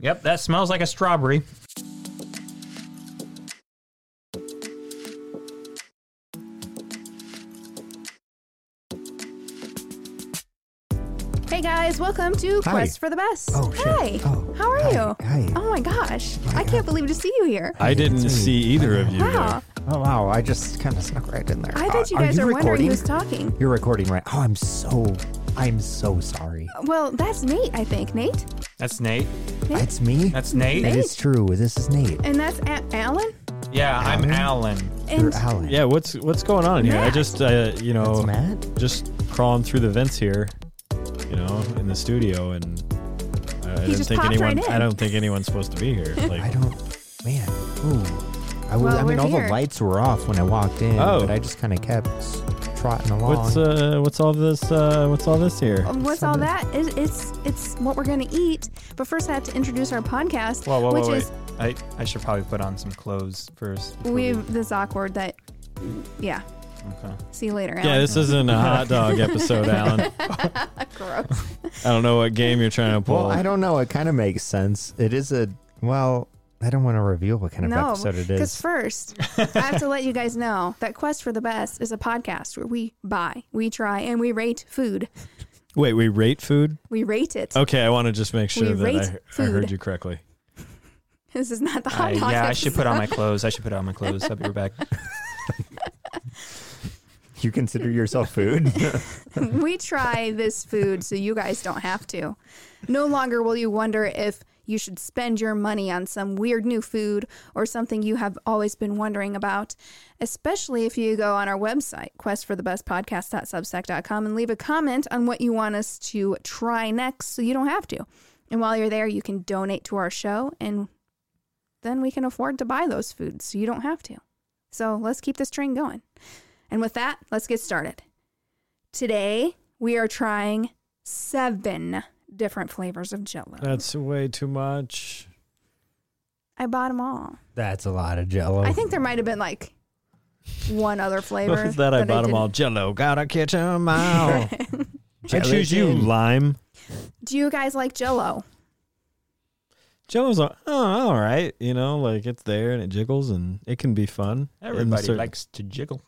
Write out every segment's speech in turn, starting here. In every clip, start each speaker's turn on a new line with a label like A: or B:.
A: Yep, that smells like a strawberry.
B: Hey guys, welcome to
C: Hi.
B: Quest for the Best.
C: Oh,
B: Hi.
C: shit. Oh.
B: How are
C: Hi.
B: you?
C: Hi.
B: Oh my gosh. I can't believe to see you here.
D: I didn't
C: it's me.
D: see either of you.
B: Wow.
C: Oh wow! I just kind of snuck right in there.
B: I bet you
C: Uh, Are- are
B: guys are, wondering
C: recording?
B: who's talking.
C: You're recording, right? Oh, I'm so, I'm so sorry.
B: Well, that's Nate, I think. Nate?
A: That's Nate.
C: It's me.
A: That's Nate.
C: It is true. This is Nate.
B: And that's a- Alan?
A: Yeah, I'm Alan.
B: And
C: You're Alan.
D: Yeah, what's what's going on here? I
B: Matt.
D: just uh, you know
C: That's Matt.
D: just crawling through the vents here, you know, in the studio, and I, I didn't
B: just
D: think
B: popped
D: anyone.
B: right in.
D: I don't think anyone's supposed to be here.
C: I
D: Like,
C: don't. Man. Ooh. I was.
B: Well,
C: I mean,
B: we're
C: all
B: here.
C: the lights were off when I walked in,
D: Oh.
C: but I just kind of kept trotting along.
D: what's uh, what's all this? Uh, what's all this here?
B: um, what's all that? It, it's it's what we're going to eat. But first, I have to introduce our podcast,
A: Whoa, whoa,
B: which
A: whoa, wait.
B: is
A: I, I should probably put on some clothes first. before
B: we this awkward that, yeah. See you later,
D: Yeah,
B: Alan.
D: this isn't a hot dog episode, Alan. I
B: Gross.
D: don't know what game you're trying to pull.
C: Well, I don't know. It kind of makes sense. It is a. Well, I don't want to reveal what kind of
B: No,
C: episode it
B: because
C: is.
B: first, I have to let you guys know that Quest for the Best is a podcast where we buy, we try, and we rate food.
D: Wait, we rate food?
B: We rate it.
A: Oh.
D: Okay, I want to just make sure
B: We rate
D: that I, I
B: food.
D: heard you correctly.
B: This is not the
A: I,
B: hot dog.
A: Uh, yeah, I should put
B: episode.
A: on my clothes. I should put on my clothes. I'll be right back.
C: You consider yourself food?
B: we try this food so you guys don't have to. No longer will you wonder if you should spend your money on some weird new food or something you have always been wondering about, especially if you go on our website, questforthebestpodcast.substack.com, and leave a comment on what you want us to try next so you don't have to. And while you're there, you can donate to our show, and then we can afford to buy those foods so you don't have to. So let's keep this train going. And with that, let's get started. Today, we are trying seven different flavors of jello.
D: That's way too much.
B: I bought them all.
C: That's a lot of Jello.
B: I think there might have been like one other flavor.
D: that I bought them
B: didn't-
D: all jello. Gotta catch 'em all. I choose you,
C: Gelatin.
D: lime.
B: Do you guys like jello?
D: Jello's all, oh, all right. You know, like it's there and it jiggles and it can be fun. And
A: Everybody
D: so-
A: likes to jiggle.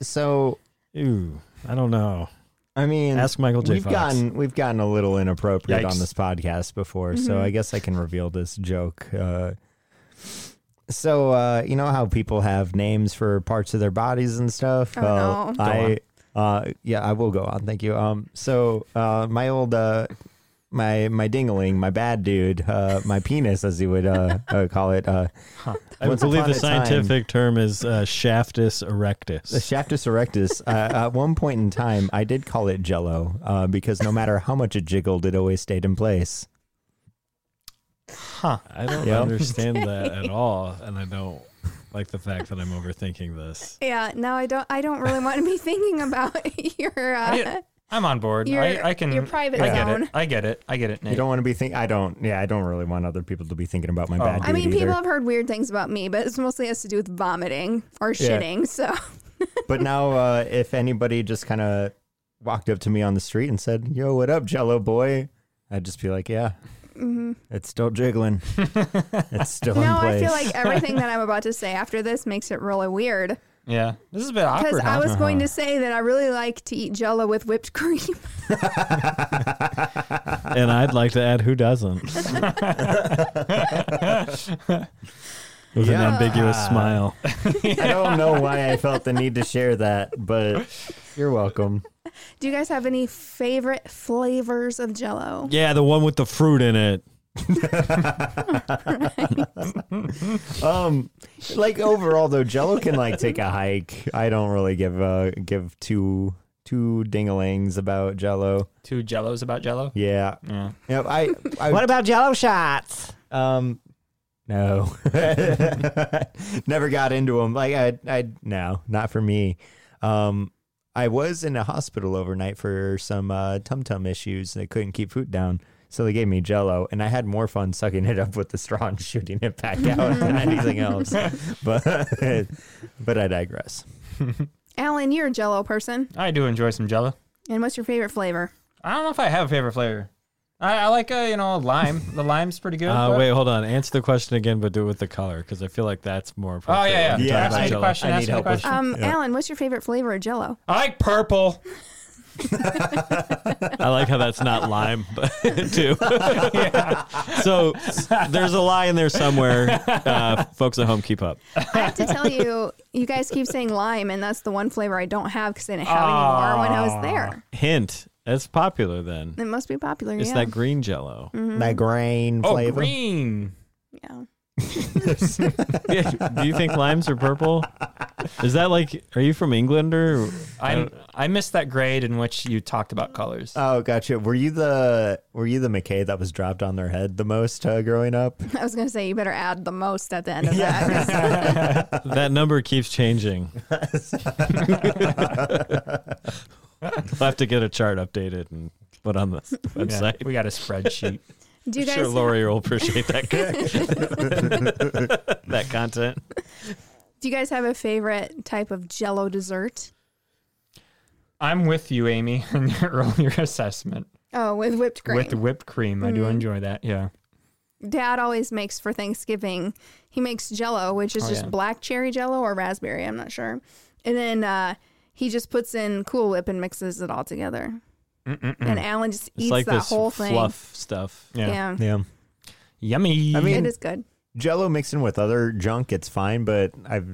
C: so.
D: Ooh, I don't know.
C: I mean,
D: Ask Michael J.
C: We've
D: Fox.
C: gotten we've gotten a little inappropriate
A: Yikes.
C: on this podcast before,
B: Mm-hmm.
C: so I guess I can reveal this joke. Uh, so uh, you know how people have names for parts of their bodies and stuff.
B: Oh,
C: uh,
B: no.
C: I uh, yeah, I will go on. Thank you. Um, so uh, my old uh, my my dingling, my bad dude, uh, my penis, as you would uh, uh, call it. Uh,
D: I
C: Once
D: believe
C: upon
D: the
C: a time-
D: scientific term is uh, shaftus erectus.
C: The Shaftus erectus. uh, at one point in time, I did call it Jello uh, because no matter how much it jiggled, it always stayed in place.
A: Huh.
D: I don't
C: Yeah.
D: understand that at all, and I don't like the fact that I'm overthinking this.
B: Yeah. No, I don't. I don't really want to be thinking about your. Uh,
A: I, I'm on board.
B: Your-
A: I, I can.
B: your private
A: I get
B: zone.
A: it. I get it. I get it, Nate.
C: You don't want to be think. I don't. Yeah, I don't really want other people to be thinking about my
A: Oh.
C: bad.
B: I
C: dude
B: mean, people
C: either.
B: have heard weird things about me, but it's mostly has to do with vomiting or
C: Yeah.
B: shitting. So
C: But now, uh, if anybody just kind of walked up to me on the street and said, "Yo, what up, Jello boy?" I'd just be like, "Yeah, it's still jiggling. it's still in
B: mm-hmm. now I
C: place."
B: feel like everything that I'm about to say after this makes it really weird
A: yeah. This is a bit
B: because
A: awkward.
B: I
A: huh? Uh-huh.
B: was going to say that I really like to eat jello with whipped cream.
D: And I'd like to add, who doesn't? With an ambiguous smile.
C: I don't know why I felt the need to share that, but you're welcome.
B: Do you guys have any favorite flavors of jello?
D: Yeah, the one with the fruit in it.
C: Um, like overall though, Jello can like take a hike. I don't really give uh give two two dingalings about Jello.
A: Two jellos about jello?
C: Yeah,
A: Yeah.
C: Yep, I, I what
D: about jello shots?
C: um no never got into them like I I no not for me um I was in a hospital overnight for some uh tum tum issues and I couldn't keep food down so they gave me jello and I had more fun sucking it up with the straw and shooting it back out than anything else but but I digress
B: Alan, you're a jello person.
A: I do enjoy some jello.
B: And what's your favorite flavor?
A: I don't know if I have a favorite flavor. I, I like a you know lime. the lime's pretty good.
D: Uh,
A: but-
D: wait, hold on. Answer the question again, but do it with the color because I feel like that's more
A: Oh,
D: appropriate.
A: yeah, yeah.
D: when we're
C: Yeah,
A: Ask me the
C: I-
D: talking about jello.
A: question.
C: I
A: Ask
C: need
A: me the
C: help with-
A: question.
B: Um,
C: Yeah.
B: Alan, what's your favorite flavor of Jello?
A: I like purple.
D: I like how that's not lime, but too. So there's a lie in there somewhere. Uh, folks at home, keep up.
B: I have to tell you, you guys keep saying lime, and that's the one flavor I don't have because I didn't have anymore when I was there.
D: Hint. That's popular then.
B: It must be popular.
D: It's
B: yeah.
D: that green jello.
C: My grain
A: Oh,
C: flavor.
A: green.
B: yeah.
D: Yeah, Do you think limes are purple? Is that like, are you from England or?
A: I I missed that grade in which you talked about colors.
C: Oh, gotcha. Were you the were you the McKay that was dropped on their head the most uh, growing up?
B: I was going to say you better add the most at the end of that. 'cause
D: That number keeps changing. we'll have to get a chart updated and put on the
A: Yeah,
D: website.
A: we got a spreadsheet.
B: Do you
D: I'm
B: guys
D: sure Lori will appreciate that that content.
B: do you guys have a favorite type of Jello dessert?
A: I'm with you, Amy, in your earlier assessment
B: Oh, with whipped cream.
A: with whipped cream. I do
C: Mm-hmm.
A: enjoy that. Yeah.
B: Dad always makes for Thanksgiving. He makes Jello, which is
A: Oh,
B: just
A: yeah.
B: black cherry Jello or raspberry. I'm not sure. And then uh, he just puts in Cool Whip and mixes it all together.
A: Mm.
B: And Alan just
D: It's
B: eats
D: like
B: that
D: this
B: whole thing.
D: fluff stuff.
A: Yeah.
B: Yeah.
C: Yeah.
A: Yummy.
C: I mean-
B: it is good.
C: Jello mixing with other junk, it's fine, but I've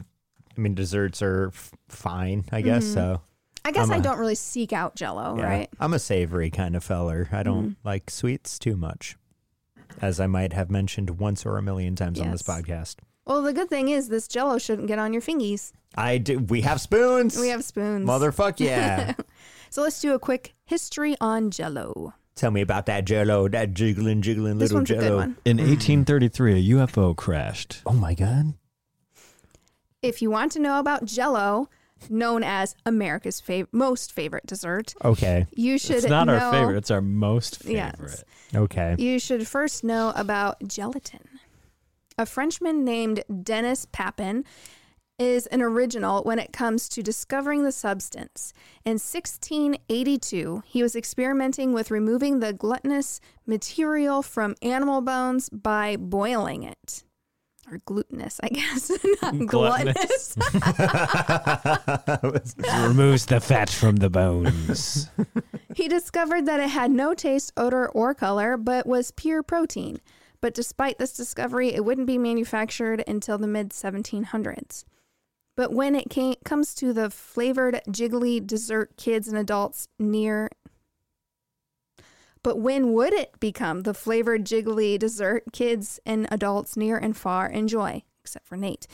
C: I mean desserts are f- fine, I guess. So
B: I guess
C: I'm
B: I
C: a-
B: don't really seek out Jello,
C: yeah.
B: Mm-hmm. right? Mm-hmm.
C: I'm a savory kind of feller. I don't like sweets too much. As I might have mentioned once or a million times on this
B: Yes.
C: podcast.
B: Well, the good thing is this Jello shouldn't get on your fingies.
C: I do we have spoons.
B: We have spoons.
C: Motherfuck yeah.
B: So let's do a quick history on Jello.
C: Tell me about that jello, that jiggling jiggling
B: This
C: little
B: one's
C: jello.
B: a good one.
D: In 1833, a UFO crashed.
C: Oh my god.
B: If you want to know about Jello, known as America's fav- most favorite dessert,
C: Okay.
B: you should
D: It's not
B: know,
D: our favorite. It's our most
B: Yes.
D: favorite.
C: Okay.
B: You should first know about gelatin. A Frenchman named Denis Papin is an original when it comes to discovering the substance. In 1682, he was experimenting with removing the glutinous material from animal bones by boiling it. Or glutinous, I guess. Not
D: Gluttonous.
B: gluttonous.
D: It removes the fat from the bones.
B: He discovered that it had no taste, odor, or color, but was pure protein. But despite this discovery, it wouldn't be manufactured until the mid 1700s. But when it came, comes to the flavored jiggly dessert kids and adults near. But when would it become the flavored jiggly dessert kids and adults near and far enjoy? Except for Nate.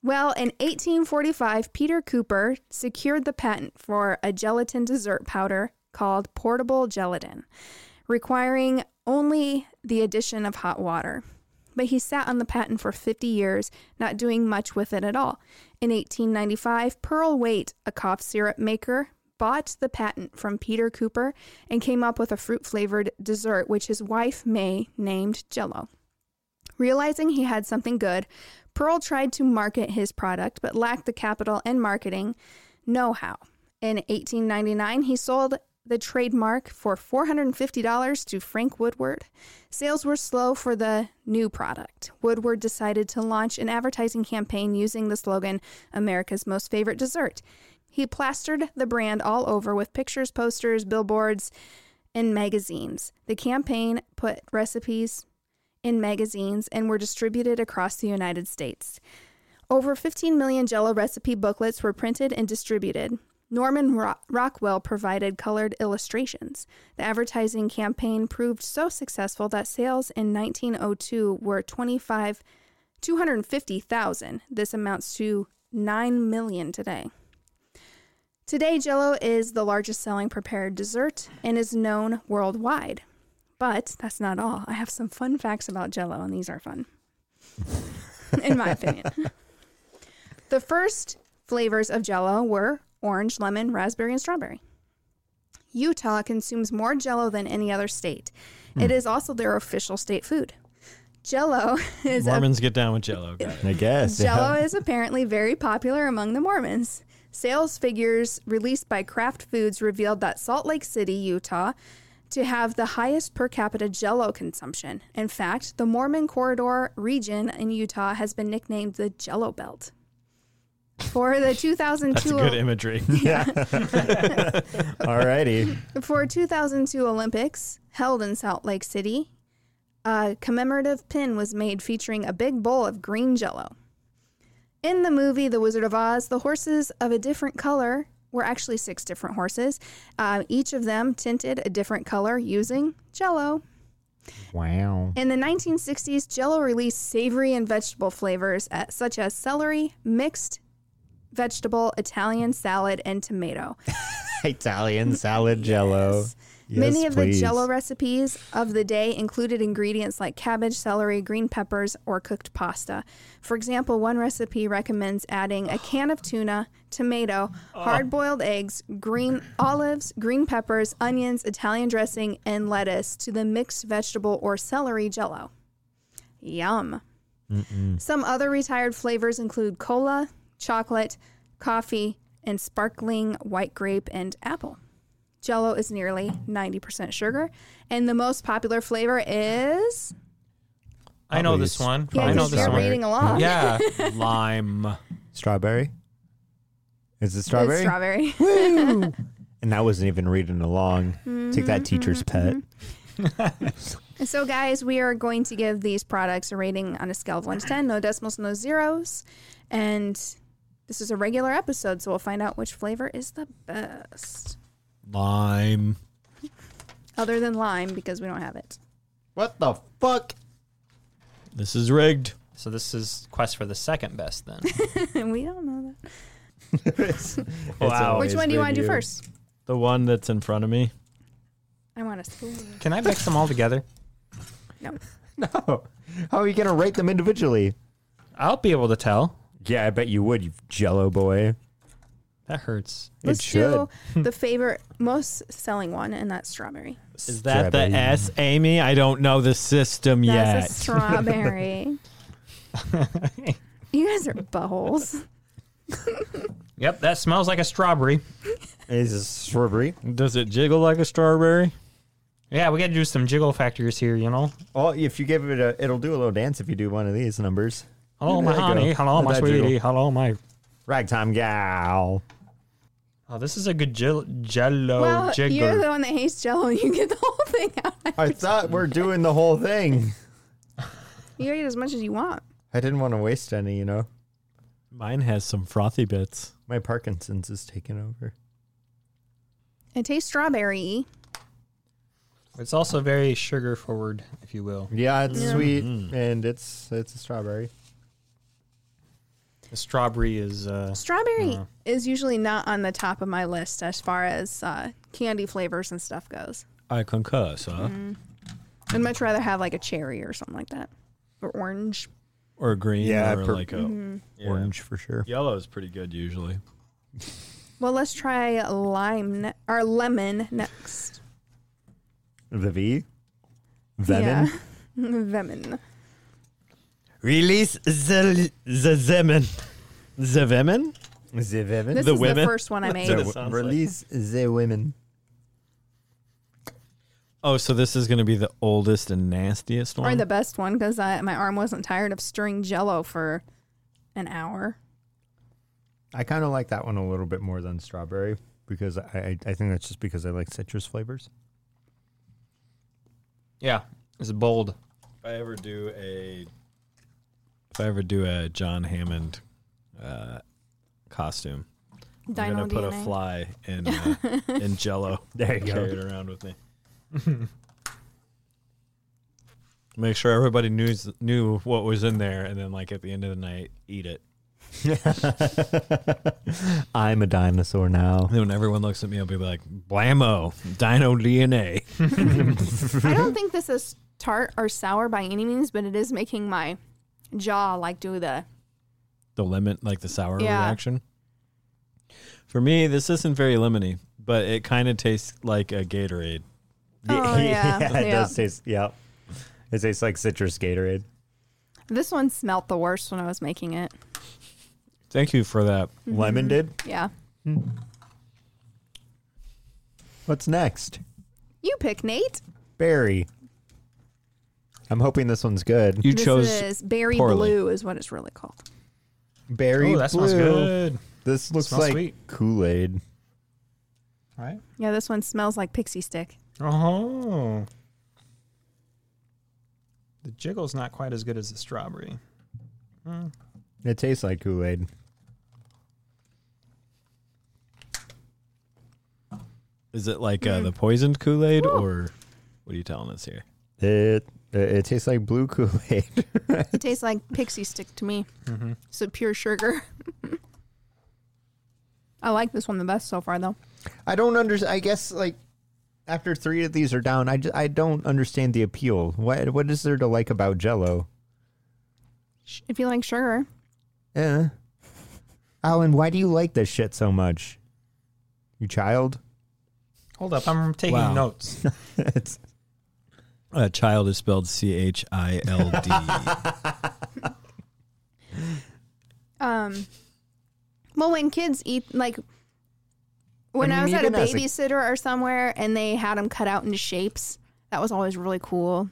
B: Well, in 1845, Peter Cooper secured the patent for a gelatin dessert powder called portable gelatin, requiring only the addition of hot water. But he sat on the patent for 50 years, not doing much with it at all. In 1895, Pearl Waite, a cough syrup maker, bought the patent from Peter Cooper and came up with a fruit flavored dessert, which his wife May named Jello. Realizing he had something good, Pearl tried to market his product but lacked the capital and marketing know how. In 1899, he sold the trademark for $450 to Frank Woodward. Sales were slow for the new product. Woodward decided to launch an advertising campaign using the slogan America's Most Favorite Dessert. He plastered the brand all over with pictures, posters, billboards, and magazines. The campaign put recipes in magazines and were distributed across the United States. Over 15 million jello recipe booklets were printed and distributed. Norman Ro- Rockwell provided colored illustrations. The advertising campaign proved so successful that sales in 1902 were 25 250,000. This amounts to 9 million today. Today, Jello is the largest selling prepared dessert and is known worldwide. But that's not all. I have some fun facts about Jello, and these are fun, in my opinion. The first flavors of Jello were orange, lemon, raspberry, and strawberry. Utah consumes more Jello than any other state. It is also their official state food. Jello is a
D: Mormons get down with jello. Got it.
C: I guess. yeah.
B: Jello is apparently very popular among the Mormons. Sales figures released by Kraft Foods revealed that Salt Lake City, Utah, to have the highest per capita jello consumption. In fact, the Mormon Corridor region in Utah has been nicknamed the Jello Belt. For the 2002
D: That's good imagery.
C: Alrighty.
B: For 2002 Olympics held in Salt Lake City, a commemorative pin was made featuring a big bowl of green jello. In the movie The Wizard of Oz, the horses of a different color were actually six different horses, uh, each of them tinted a different color using jello.
C: Wow.
B: In the 1960s, Jello released savory and vegetable flavors uh, such as celery, mixed vegetable, Italian salad, and tomato.
C: Italian salad jello. Yes,
B: Many of
C: please.
B: the jello recipes of the day included ingredients like cabbage, celery, green peppers, or cooked pasta. For example, one recipe recommends adding a can of tuna, tomato, hard boiled eggs, green olives, green peppers, onions, Italian dressing, and lettuce to the mixed vegetable or celery jello. Yum. Some other retired flavors include cola, chocolate, coffee, and sparkling white grape and apple. Jello is nearly 90% sugar, and the most popular flavor is
A: I know this one.
B: yeah,
A: I know
B: 'cause
A: this
B: you're
A: one.
B: reading along.
D: yeah, lime.
C: Strawberry. Is it
B: It's
C: strawberry?
B: strawberry.
C: Woo! and that wasn't even reading along. Take
B: Mm-hmm.
C: that teacher's pet.
B: so, guys, we are going to give these products a rating on a scale of 1 to 10, no decimals, no zeros. And this is a regular episode, so we'll find out which flavor is the best,
D: Lime.
B: other than lime, because we don't have it.
C: What the fuck?
D: This is rigged.
A: So this is quest for the second best then.
B: we don't know that.
A: Wow.
B: Which one do you want to do first?
D: The one that's in front of me.
B: I want to spoon.
A: Can I mix them all together?
B: No.
C: No. How are Oh, you gonna rate them individually?
A: I'll be able to tell.
C: Yeah, I bet you would, you jello boy.
A: That hurts.
B: Let's
C: should.
B: do the favorite, most selling one, and that's strawberry.
D: Is that the
C: Strawberry.
D: S, Amy? I don't know the system
B: That's a
D: yet.
B: strawberry. you guys are buttholes.
A: Yep, that smells like a strawberry.
C: Is it strawberry?
D: Does it jiggle like a strawberry?
A: Yeah, we got to do some jiggle factors here, you know.
C: Well, Oh, if you give it a, it'll do a little dance if you do one of these numbers.
A: Hello, my
C: There you go.
A: honey. Hello,
C: Let
A: my
C: that jiggle.
A: sweetie. Hello, my.
C: Ragtime gal.
A: Oh, this is a good jil-
D: Oh,
A: jello
B: well, you're
A: jiggle.
B: the one that hates Jello. You get the whole thing out.
C: I thought we're doing the whole thing.
B: You eat as much as you want.
C: I didn't want to waste any, you know.
D: Mine has some frothy bits.
C: My Parkinson's is taking over.
B: It tastes strawberry.
A: It's also very sugar forward, if you will.
C: Yeah, it's
B: Yeah. Mm-hmm.
C: sweet and it's it's a strawberry.
A: The strawberry is. Uh,
B: Strawberry
D: Uh-huh.
A: Uh.
B: is usually not on the top of my list as far as uh, candy flavors and stuff goes.
D: I concur, sir.
B: Mm-hmm. I'd much rather have like a cherry or something like that, or orange.
D: Or green.
C: Yeah,
D: or
C: per-
D: like a
B: Mm-hmm.
C: Orange for sure.
D: Yellow is pretty good usually.
B: Well, let's try lime ne- or lemon next.
C: The V.
B: Yeah. Venom.
D: Release the the zemen. The women?
C: The
B: This
C: women.
D: The
B: is the
D: women?
B: first one I made.
D: what it sounds like.
C: release the women.
D: Oh, so this is going to be the oldest and nastiest one.
B: Or the best one because my arm wasn't tired of stirring jello for an hour.
C: I kind of like that one a little bit more than strawberry because I, I I think that's just because I like citrus flavors.
A: yeah, it's bold.
D: if I ever do a if I ever do a John Hammond uh, costume, I'm
B: Dino
D: going to put
B: DNA.
D: a fly in uh, in Jello.
C: There you go.
D: Carry it around with me. Make sure everybody knew knew what was in there, and then like at the end of the night, eat it.
C: I'm a dinosaur now.
D: And then when everyone looks at me, I'll be like, "Blammo, Dino DNA."
B: I don't think this is tart or sour by any means, but it is making my jaw like do the.
D: the lemon, like the sour
B: Yeah.
D: reaction. For me, this isn't very lemony, but it kind of tastes like a Gatorade.
B: Oh, yeah.
C: it
B: Yeah.
C: does taste. Yeah, it tastes like citrus Gatorade.
B: This one smelt the worst when I was making it.
D: Thank you for that.
B: Mm-hmm.
C: Lemon did.
B: Yeah.
C: What's next?
B: You pick Nate.
C: Barry. I'm hoping this one's good.
D: You
B: this
D: chose
B: is Berry
D: poorly.
B: Blue is what it's really called.
C: Barry.
A: Oh, that smells
C: Blue.
A: good.
C: This looks
A: Smells
C: like
A: sweet.
C: Kool Aid.
A: Right?
B: Yeah, this one smells like pixie stick.
A: Oh. The jiggle's not quite as good as the strawberry.
C: It tastes like Kool Aid.
D: Is it like
B: Mm.
D: uh, the poisoned Kool Aid, or what are you telling us here?
C: It, it it tastes like blue Kool Aid.
B: It tastes like pixie stick to me.
D: Mm-hmm.
B: So pure sugar. I like this one the best so far, though.
C: I don't understand. I guess like after three of these are down, I, ju- I don't understand the appeal. What what is there to like about Jello?
B: Sh- If you like sugar,
C: Eh. Alan, why do you like this shit so much? You child?
A: Hold up, I'm taking
D: Wow.
A: notes.
C: it's
D: Uh, child is spelled C H I L D.
B: um, well, when kids eat, like, when
C: I
B: I,
C: mean,
B: was at a
C: even as a-
B: babysitter or somewhere and they had them cut out into shapes, that was always really cool.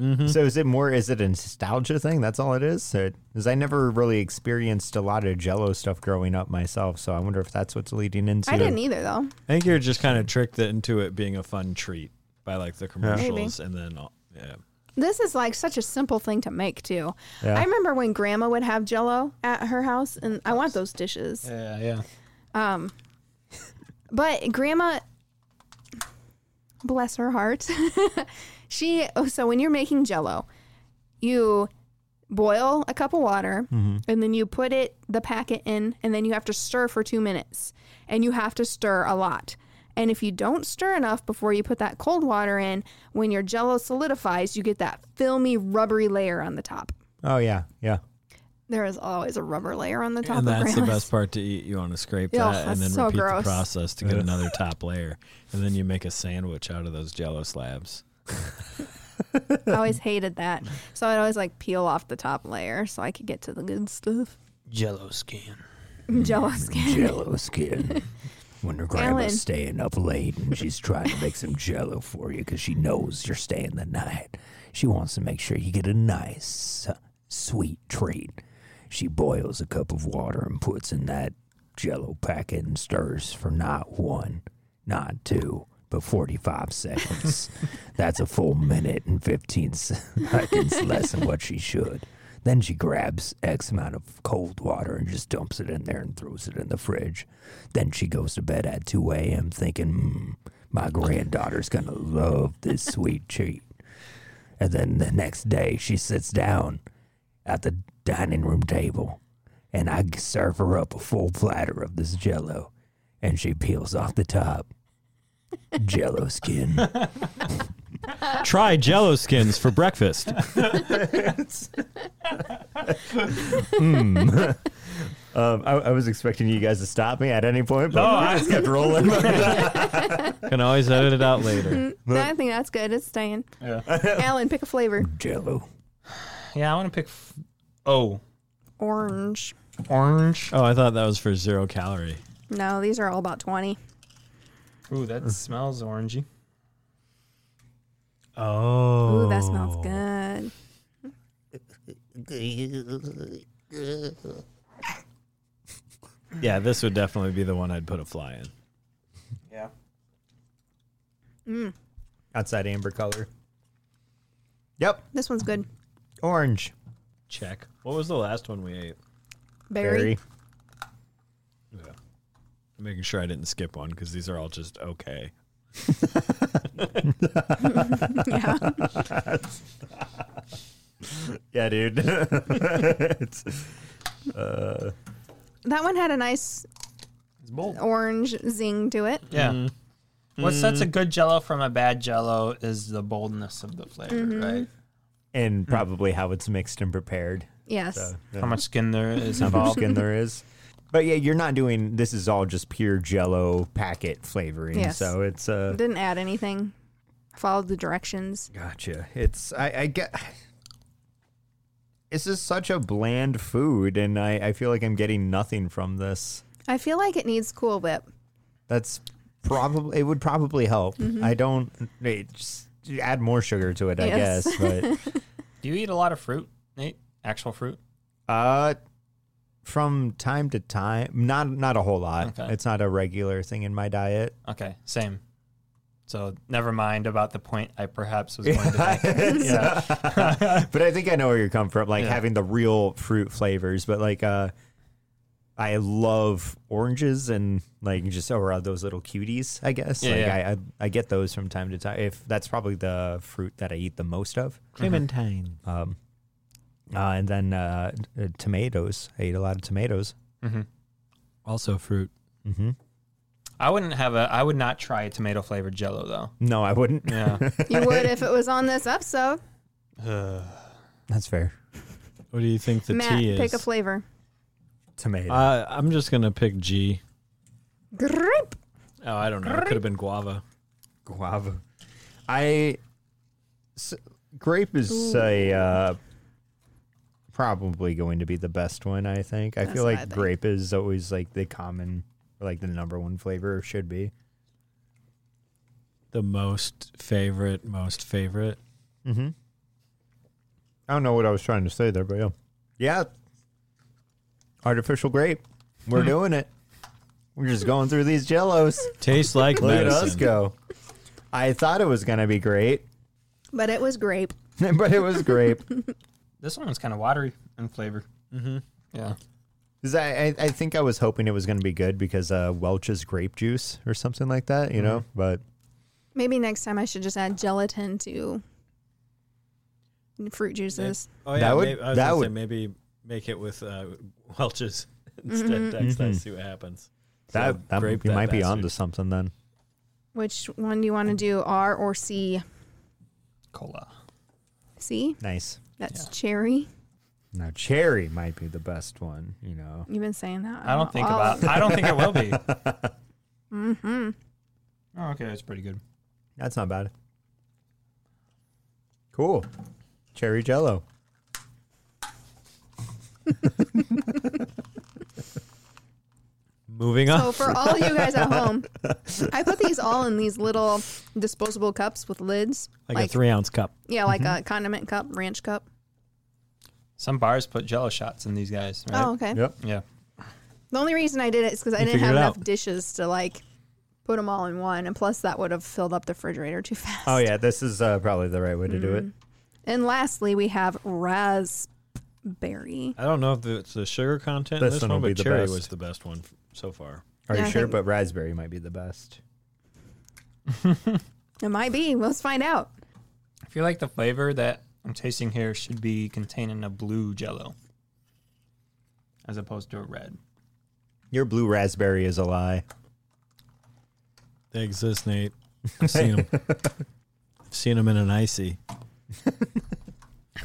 B: Mm-hmm.
C: so is it more is it a nostalgia thing? That's all it is? Because I never really experienced a lot of jello stuff growing up myself, so I wonder if that's what's leading into
B: I didn't
C: it.
B: either, though.
D: I think you're just kind of tricked into it being a fun treat by like the commercials, and then all, yeah.
B: This is like such a simple thing to make, too.
C: Yeah.
B: I remember when grandma would have jello at her house, and I want those dishes.
A: yeah, yeah.
B: Um, but grandma, bless her heart, she. oh, So when you're making Jello, you boil a cup of water,
D: Mm-hmm.
B: and then you put it the packet in, and then you have to stir for two minutes, and you have to stir a lot. And if you don't stir enough before you put that cold water in, when your jello solidifies, you get that filmy, rubbery layer on the top.
C: Oh yeah, yeah.
B: There is always a rubber layer on the top
D: And
B: of
D: that's the
B: grandma's.
D: best part to eat. You want to scrape
B: Ugh,
D: that and
B: that's
D: then
B: so
D: repeat
B: gross.
D: the process to get another top layer, and then you make a sandwich out of those Jello slabs.
B: I always hated that. So I'd always like peel off the top layer so I could get to the good stuff.
A: Jello skin.
B: Jello skin.
C: Jello skin. When her
B: grandma's Alan.
C: staying up late and she's trying to make some jello for you because she knows you're staying the night, she wants to make sure you get a nice, uh, sweet treat. She boils a cup of water and puts in that jello packet and stirs for not one, not two, but 45 seconds. That's a full minute and 15 seconds less than what she should. Then she grabs X amount of cold water and just dumps it in there and throws it in the fridge. Then she goes to bed at 2 a.m. thinking, mm, my granddaughter's going to love this sweet treat. And then the next day, she sits down at the dining room table and I serve her up a full platter of this jello and she peels off the top. Jello skin.
D: Try Jello skins for breakfast.
C: Um, I, I was expecting you guys to stop me at any point,
A: No, I-
C: just kept rolling.
D: Can always edit it out
B: Mm-hmm.
D: later.
B: I think that's good. It's staying.
A: Yeah.
B: Alan, pick a flavor.
C: Jello.
A: yeah, I want to pick. F- oh,
B: Orange.
A: orange.
D: Oh, I thought that was for zero calorie.
B: No, these are all about 20.
A: Ooh,
D: Mm.
A: that smells orangey.
B: Ooh,
D: Oh,
B: that smells good.
D: Yeah, this would definitely be the one I'd put a fly in.
A: Yeah.
C: Outside amber color. Yep.
B: This one's good.
C: Orange.
D: Check. What was the last one we ate?
B: Berry.
D: Yeah. I'm making sure I didn't skip one because these are all just okay.
B: Yeah.
C: Yeah, dude. It's-
B: that one had a nice
A: It's bold.
B: orange zing to it.
A: Yeah.
D: Mm.
A: What sets a good jello from a bad jello is the boldness of the flavor,
B: Mm-hmm.
A: right?
C: and probably how it's mixed and prepared.
B: Yes.
C: So,
A: How much skin there is
C: how much
A: involved.
C: skin there is. But yeah, you're not doing this is all just pure jello packet flavoring.
B: Yes.
C: So it's uh
B: Didn't add anything. Followed the directions.
C: Gotcha. It's I, I get. This is such a bland food, and I, I feel like I'm getting nothing from this.
B: I feel like it needs Cool Whip.
C: That's probably it would probably help.
B: Mm-hmm.
C: I don't it just add more sugar to it, I
B: Yes.
C: guess. But
A: Do you eat a lot of fruit, Nate? Actual fruit?
C: uh, from time to time, not not a whole lot.
A: Okay.
C: It's not a regular thing in my diet.
A: Okay, same. So never mind about the point I perhaps was going to make.
C: So- but I think I know where you come from, like
A: Yeah.
C: having the real fruit flavors. But like, uh, I love oranges and like just or those little cuties. I guess
A: Yeah,
C: like
A: yeah.
C: I, I I get those from time to time. If that's probably the fruit that I eat the most of, clementine. Um, uh, and then uh, uh, tomatoes. I eat a lot of tomatoes.
A: hmm
D: Also fruit.
C: hmm
A: I wouldn't have a. I would not try a tomato flavored Jello though.
C: No, I wouldn't.
A: Yeah,
B: You would if it was on this episode.
C: That's fair.
D: What do you think the
B: Matt,
D: tea is?
B: pick a flavor.
C: Tomato.
D: uh, I'm just gonna pick G.
B: Grape.
D: Oh, I don't know. It could have been guava.
C: guava. I s- grape is a uh, probably going to be the best one. I think. I
B: That's
C: feel
B: what
C: like
B: I think.
C: grape is always like the common, or like the number one flavor or should be.
D: The most favorite, most favorite.
C: Mm-hmm. I don't know what I was trying to say there, but yeah, yeah. Artificial grape. We're
B: Hmm.
C: doing it. We're just going through these jellos.
D: Tastes like
C: Look at
D: medicine.
C: us go. I thought it was gonna be great,
B: But it was grape.
C: but it was grape.
A: this one was kind of watery in flavor. Mm-hmm. Yeah.
C: Because I, I, I think I was hoping it was going to be good because uh, Welch's grape juice or something like that, you know? But
B: Maybe next time I should just add gelatin to fruit juices.
D: Oh
C: That
D: yeah,
C: would-
D: maybe, I was
C: that
D: gonna say
C: would-
D: maybe make it with uh, Welch's
B: Mm-hmm.
D: instead. Next time, see what happens.
C: Mm-hmm. that,
D: So,
C: that,
D: grape
C: you
D: that
C: might be
D: bastard.
C: onto something then.
B: Which one do you want to do, R or C?
A: Cola.
B: C?
C: Nice.
B: That's
A: Yeah.
B: cherry.
C: Now, cherry might be the best one, you know?
B: You've been saying that.
A: I don't think
B: all-
A: about. I don't think it will be. mm-hmm.
B: Mm-hmm.
A: Oh, okay, that's pretty good.
C: That's not bad. Cool. Cherry jello.
D: Moving on.
B: So for all you guys at home, I put these all in these little disposable cups with lids.
D: like, a three ounce cup.
B: Yeah, like
A: Mm-hmm.
B: a condiment cup, ranch cup.
A: Some bars put Jello shots in these guys. Right?
B: Oh, okay.
C: Yep.
A: Yeah.
B: The only reason I did it is because I
D: You
B: didn't have
D: figured it
B: enough
D: out.
B: dishes to like put them all in one, and plus that would have filled up the refrigerator too fast.
C: Oh, yeah. This is uh, probably the right way to do it.
B: And lastly, we have raspberry.
D: I don't know if the, it's the sugar content. in
C: This
D: This
C: one
D: one,
C: will be
D: but
C: the
D: cherry
C: best.
D: was the best one f- so far.
C: Are
B: Yeah,
C: you
B: I
C: sure?
B: think-
C: But raspberry might be the best.
B: It might be. Let's find out.
A: I feel like the flavor that I'm tasting here should be contained in a blue Jello, as opposed to a red.
C: Your blue raspberry is a lie.
D: They exist, Nate. I've seen them. I've seen them in an icy.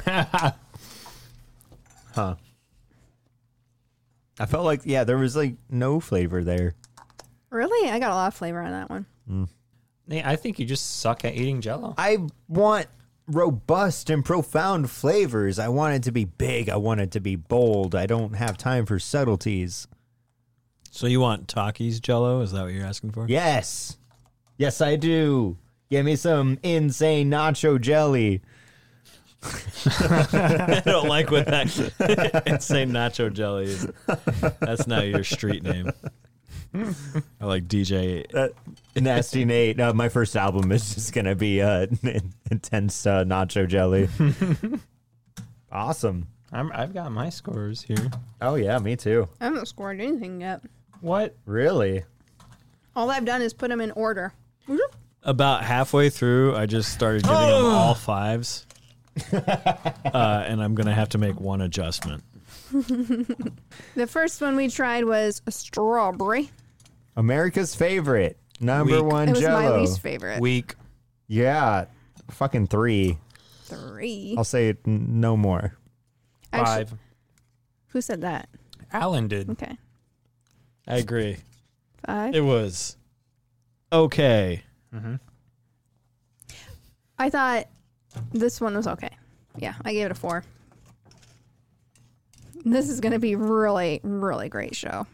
C: Huh. I felt like, yeah, there was like no flavor there.
B: Really, I got a lot of flavor on that one.
A: Nate, I think you just suck at eating Jello.
C: I want robust and profound flavors. I want it to be big. I want it to be bold. I don't have time for subtleties.
D: So you want Takis Jello? Is that what you're asking for?
C: Yes. Yes, I do. Give me some insane nacho jelly.
D: I don't like what that insane nacho jelly is. That's not your street name. I like DJ.
C: Uh, Nasty Nate. Uh, my first album is just going to be uh, intense uh, nacho jelly. awesome.
A: I'm, I've got my scores here.
C: Oh, yeah, me too.
B: I haven't scored anything yet.
A: What?
C: Really?
B: All I've done is put them in order.
D: About halfway through, I just started giving them all fives. Uh, and I'm going to have to make one adjustment.
B: The first one we tried was a strawberry.
C: America's favorite. Number
A: Weak.
C: one
B: It was
C: jello.
B: my least favorite.
A: Weak.
C: Yeah. Fucking three.
B: Three.
C: I'll say n- no more.
B: Actually,
A: Five.
B: who said that?
A: Alan did.
B: Okay.
D: I agree.
B: Five.
D: It was okay.
B: I thought this one was okay. Yeah, I gave it a four. This is going to be really, really great show.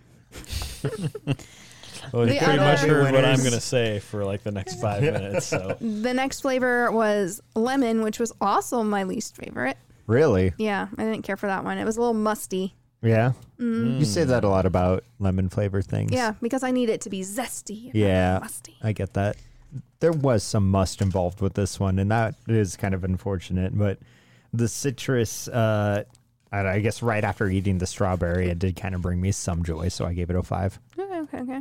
D: Well,
B: The
D: you pretty much
B: other-
D: heard what I'm
C: Winners.
D: gonna say for like the next five minutes. So
B: The next flavor was lemon, which was also my least favorite.
C: Really?
B: Yeah, I didn't care for that one. It was a little musty.
C: Yeah. You say that a lot about lemon flavored things.
B: Mm. Yeah, because I need it to be zesty. and not
C: Yeah.
B: Musty.
C: I get that. There was some must involved with this one, and that is kind of unfortunate. But the citrus, uh, I, I guess, right after eating the strawberry, it did kind of bring me some joy. So I gave it a five.
B: Okay, okay, okay.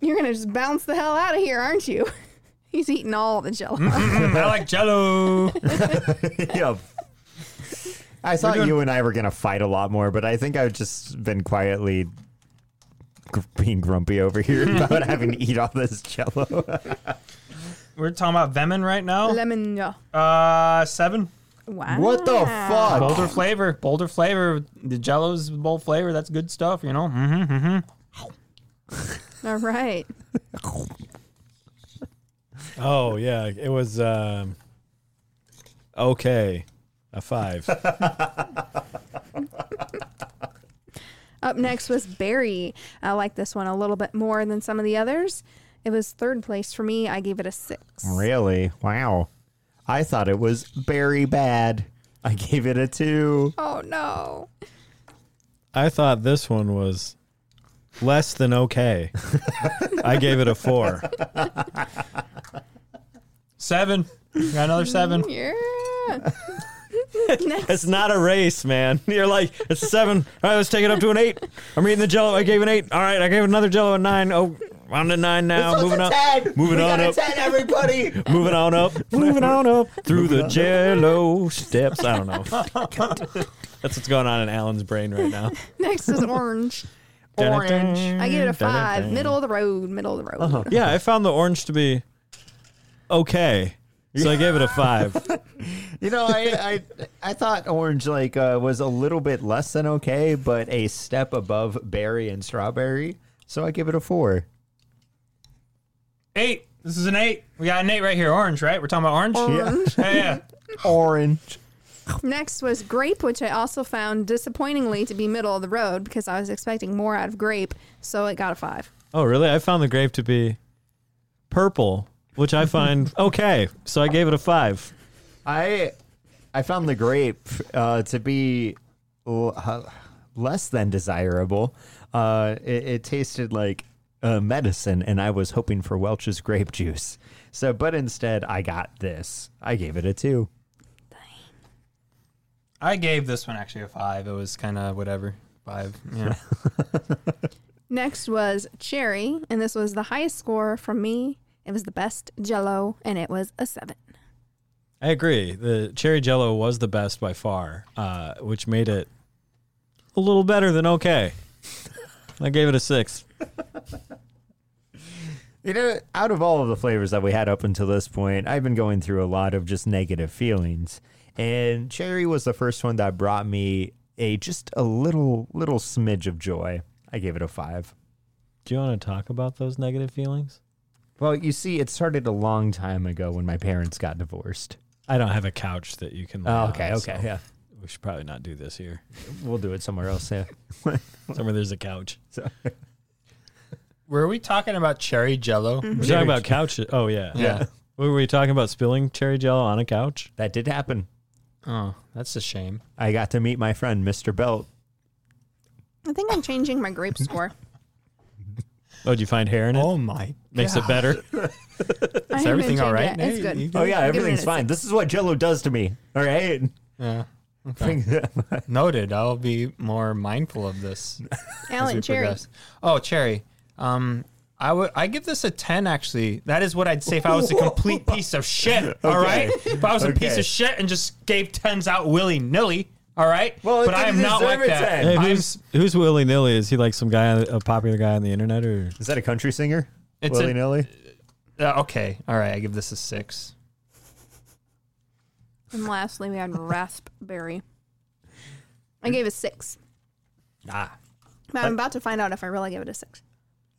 B: You're gonna just bounce the hell out of here, aren't you? He's eating all the jello.
A: Mm, I like Jello.
C: yeah. I thought
A: doing-
C: you and I were gonna fight a lot more, but I think I've just been quietly gr- being grumpy over here about having to eat all this Jello.
A: We're talking about Vemin right now.
B: Lemon, yeah.
A: Uh, seven.
B: Wow.
C: What the fuck?
A: Bolder flavor. Bolder flavor. The Jello's bold flavor. That's good stuff. You know. Mm-hmm, mm-hmm.
B: All right.
D: oh yeah, it was um, okay. A five.
B: Up next was berry. I like this one a little bit more than some of the others. It was third place for me. I gave it a six.
C: Really? Wow. I thought it was very bad. I gave it a two.
B: Oh no.
D: I thought this one was less than okay. I gave it a four.
A: Seven. Got another seven.
B: Yeah.
D: It's not a race, man. You're like, it's a seven. All right, let's take it up to an eight. I'm eating the jello. I gave an eight. All right, I gave another jello a nine. Oh, I'm to nine now. moving on. Moving on up.
C: everybody.
D: Moving on up. Moving on up through the jello steps. I don't know. That's what's going on in Alan's brain right now.
B: Next is orange.
D: Orange.
B: I gave it a five. Middle of the road. Middle of the road.
D: Yeah, I found the orange to be okay. So I gave it a five.
C: you know, I, I I thought orange like uh, was a little bit less than okay, but a step above berry and strawberry. So I give it a four.
A: Eight. This is an eight. We got an eight right here. Orange, right? We're talking about orange.
B: Orange.
A: Yeah. yeah.
C: Orange.
B: Next was grape, which I also found disappointingly to be middle of the road because I was expecting more out of grape, so it got a five.
D: Oh, really? I found the grape to be purple, which I find okay. So I gave it a five.
C: I I found the grape uh, to be l- uh, less than desirable. Uh, it, it tasted like uh, medicine, and I was hoping for Welch's grape juice. So, but instead, I got this. I gave it a two.
A: I gave this one actually a five. It was kind of whatever. Five. Yeah.
B: Next was cherry, and this was the highest score from me. It was the best jello, and it was a seven.
D: I agree. The cherry jello was the best by far, uh, which made it a little better than okay. I gave it a six.
C: You know, out of all of the flavors that we had up until this point, I've been going through a lot of just negative feelings. And cherry was the first one that brought me a just a little little smidge of joy. I gave it a 5.
D: Do you want to talk about those negative feelings?
C: Well, you see, it started a long time ago when my parents got divorced.
D: I don't have a couch that you can. lay
C: Oh,
D: on,
C: okay, okay,
D: Mm, so
C: yeah.
D: We should probably not do this here.
C: We'll do it somewhere else. Yeah.
D: Somewhere there's a couch.
A: Were we talking about cherry jello?
D: We're talking about couches. Oh yeah.
A: Yeah.
D: What Were we talking about spilling cherry jello on a couch?
C: That did happen.
A: Oh, that's a shame.
C: I got to meet my friend, Mr. Belt.
B: I think I'm changing my grape score.
D: Oh, did you find hair in it?
C: my.
D: Makes it better.
B: Is
A: everything all right?
B: It's
A: Hey, you
B: good.
A: good?
C: Oh, yeah,
B: Give it
C: everything's
B: a
C: fine. This is what Jello does to me. All right.
A: Yeah. Noted. I'll be more mindful of this. as we
B: Alan Cherry.
A: progress. Oh, cherry. Um, I would. I give this a ten. Actually, that is what I'd say if I was a complete piece of shit. All right, if I was a piece
C: Okay.
A: of shit and just gave tens out willy nilly. All right.
C: Well, it
A: but I am
C: didn't
A: not
C: deserve
A: like
C: a
A: that.
C: 10.
D: Hey,
A: I'm
D: who's,
A: s-
D: who's willy nilly? Is he like some guy, a popular guy on the internet, or
C: Is that a country singer?
A: It's a-
C: Willy nilly?
A: uh, okay. All right. I give this a six.
B: And lastly, we had raspberry. I gave it a six.
C: Ah.
B: But I'm about to find out if I really gave it a six.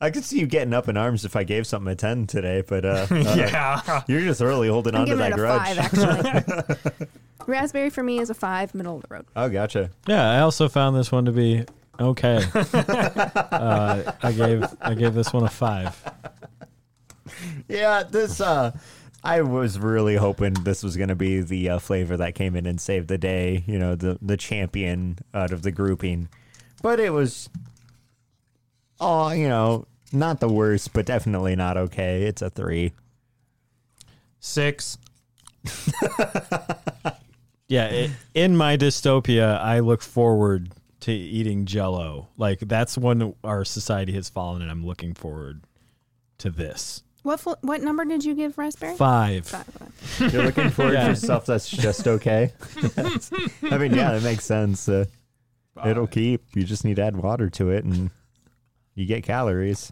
C: I could see you getting up in arms if I gave something a 10 today, but uh,
A: yeah.
C: you're just really holding
B: I'm
C: on to
B: giving
C: that
B: it a
C: grudge.
B: five, actually. Raspberry for me is a five, middle of the road.
C: Oh, gotcha.
D: yeah? I also found this one to be Okay. uh, I gave I gave this one a five.
C: Yeah, this uh I was really hoping this was going to be the uh, flavor that came in and saved the day, you know, the the champion out of the grouping. But it was oh, you know, not the worst, but definitely not okay. It's a 3.
A: Six.
D: Yeah. It, in my dystopia, I look forward to eating Jello. Like that's when our society has fallen, and I'm looking forward to this.
B: What fl- what number did you give raspberry?
D: Five.
B: Five.
C: You're looking forward
D: Yeah.
C: to stuff that's just okay. I mean, yeah, that makes sense. Uh, it'll keep. You just need to add water to it and you get calories.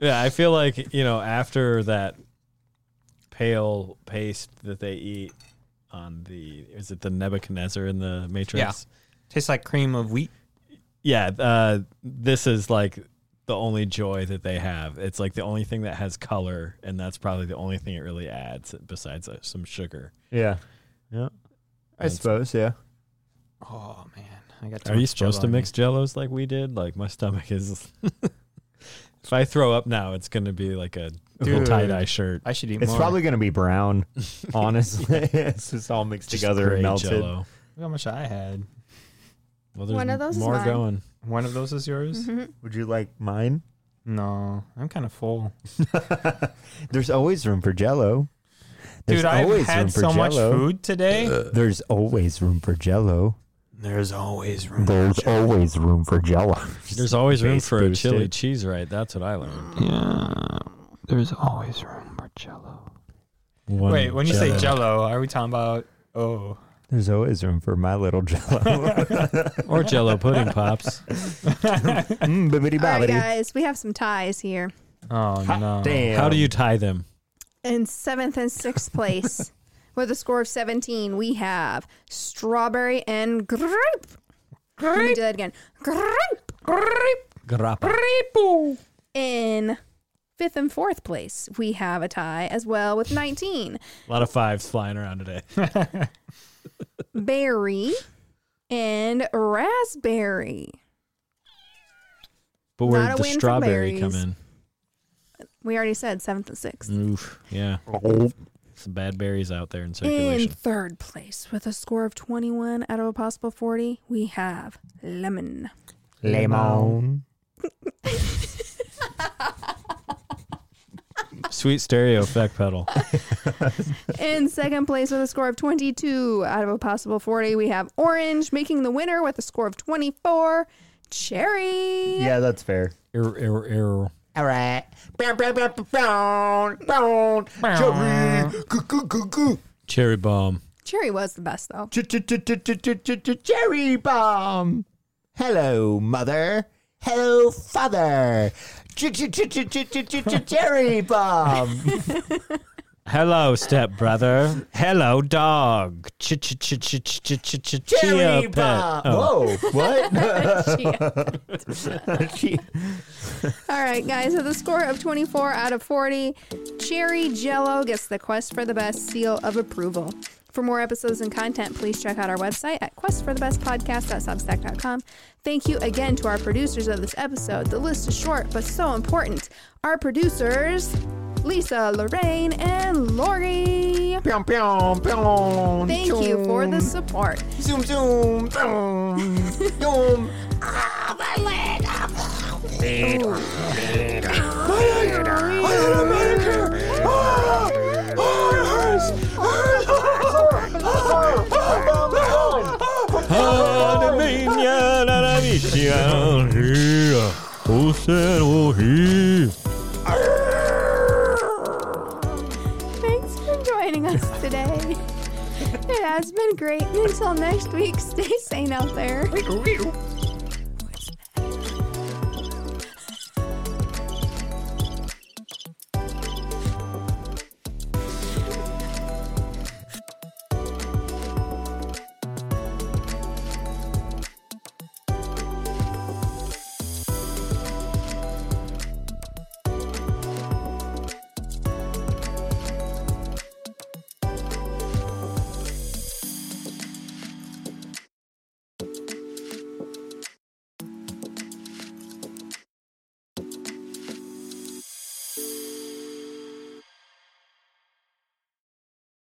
D: Yeah, I feel like you know after that pale paste that they eat on the is it the Nebuchadnezzar in the Matrix?
A: Tastes like cream of wheat.
D: Yeah. uh, this is like the only joy that they have. It's like the only thing that has color, and that's probably the only thing it really adds besides uh, some sugar.
C: Yeah. Yeah. I
D: That's-
C: suppose, yeah.
A: Oh man, I got. too
D: Are you
A: much
D: supposed
A: Jell-O
D: to
A: in
D: mix Jellos like we did? Like my stomach is. if I throw up now, it's gonna be like a
A: Dude.
D: tie dye shirt.
A: me. I should eat
C: It's
A: more.
C: probably going to be brown, honestly. it's just all mixed
D: Just
C: together
D: gray
C: and melted.
D: Jell-O.
A: Look how much I had.
D: Well, there's
B: One of those is
D: more
B: mine.
D: going.
A: One of those is yours.
B: Mm-hmm.
C: Would you like mine?
A: Mm-hmm. No, I'm kind of full,
C: There's always room for jello. There's
A: dude. I've
C: always
A: had so much
C: Jell-O.
A: food today.
C: There's always room for jello.
A: There's always room.
C: There's always room for jello.
D: There's always room
C: Base
D: for a
C: boosted.
D: chili cheese, right? That's what I learned.
A: Yeah, there's always room for Jello.
D: One
A: Wait, when you say
D: Jell-O.
A: Jello, are we talking about? Oh,
C: There's always room for my little jello.
D: or Jello pudding pops,
C: mm, bibbidi
B: All right,
C: bobbidi.
B: guys, we have some ties here.
A: oh no.
C: Damn.
D: how do you tie them?
B: In seventh and sixth place, with a score of 17, we have strawberry and grape. Let me do that again. Grape. Grape.
D: Grappa.
B: In fifth and fourth place, we have a tie as well with 19.
D: A lot of fives flying around today.
B: Berry and raspberry.
D: But where
B: Not a
D: did the
B: win for
D: strawberry come
B: berries.
D: in?
B: We already said seventh and sixth.
D: Oof. Yeah.
A: Oh.
D: Some bad berries out there in
B: In
D: circulation.
B: third place, with a score of 21 out of a possible 40, we have lemon.
C: Lemon.
D: Sweet stereo effect pedal.
B: In second place, with a score of 22 out of a possible 40, we have orange, making the winner with a score of 24. Cherry.
C: Yeah, that's fair.
D: Err, err, err.
C: All right. Bow, bow, bow, bow, bow, bow. Cherry. Goo, goo, goo, goo.
D: Cherry bomb.
B: Cherry was the best, though.
C: Cherry bomb. Hello, mother. Hello, father. Cherry bomb.
D: Hello, stepbrother. Hello, dog. Ch ch ch ch ch ch ch ch
C: Cherry
D: chia
C: bomb.
D: pet. Oh.
C: Whoa, what?
B: All right, guys, with a score of 24 out of 40, Cherry Jello gets the Quest for the Best seal of approval. For more episodes and content, please check out our website at questforthebestpodcast.substack.com. Thank you again to our producers of this episode. The list is short, but so important. Our producers, Lisa, Lorraine, and Lori.
C: Pew, pew, pew.
B: Thank you for the support.
C: Zoom, zoom. Boom. Zoom. Ah, my leg. Ah, I had a manicure. Ah, ah, it hurts. Ah, ah, ah, ah, ah, ah, ah, ah.
D: Oh,
B: Thanks for joining us today. It has been great. And until next week, stay sane out there.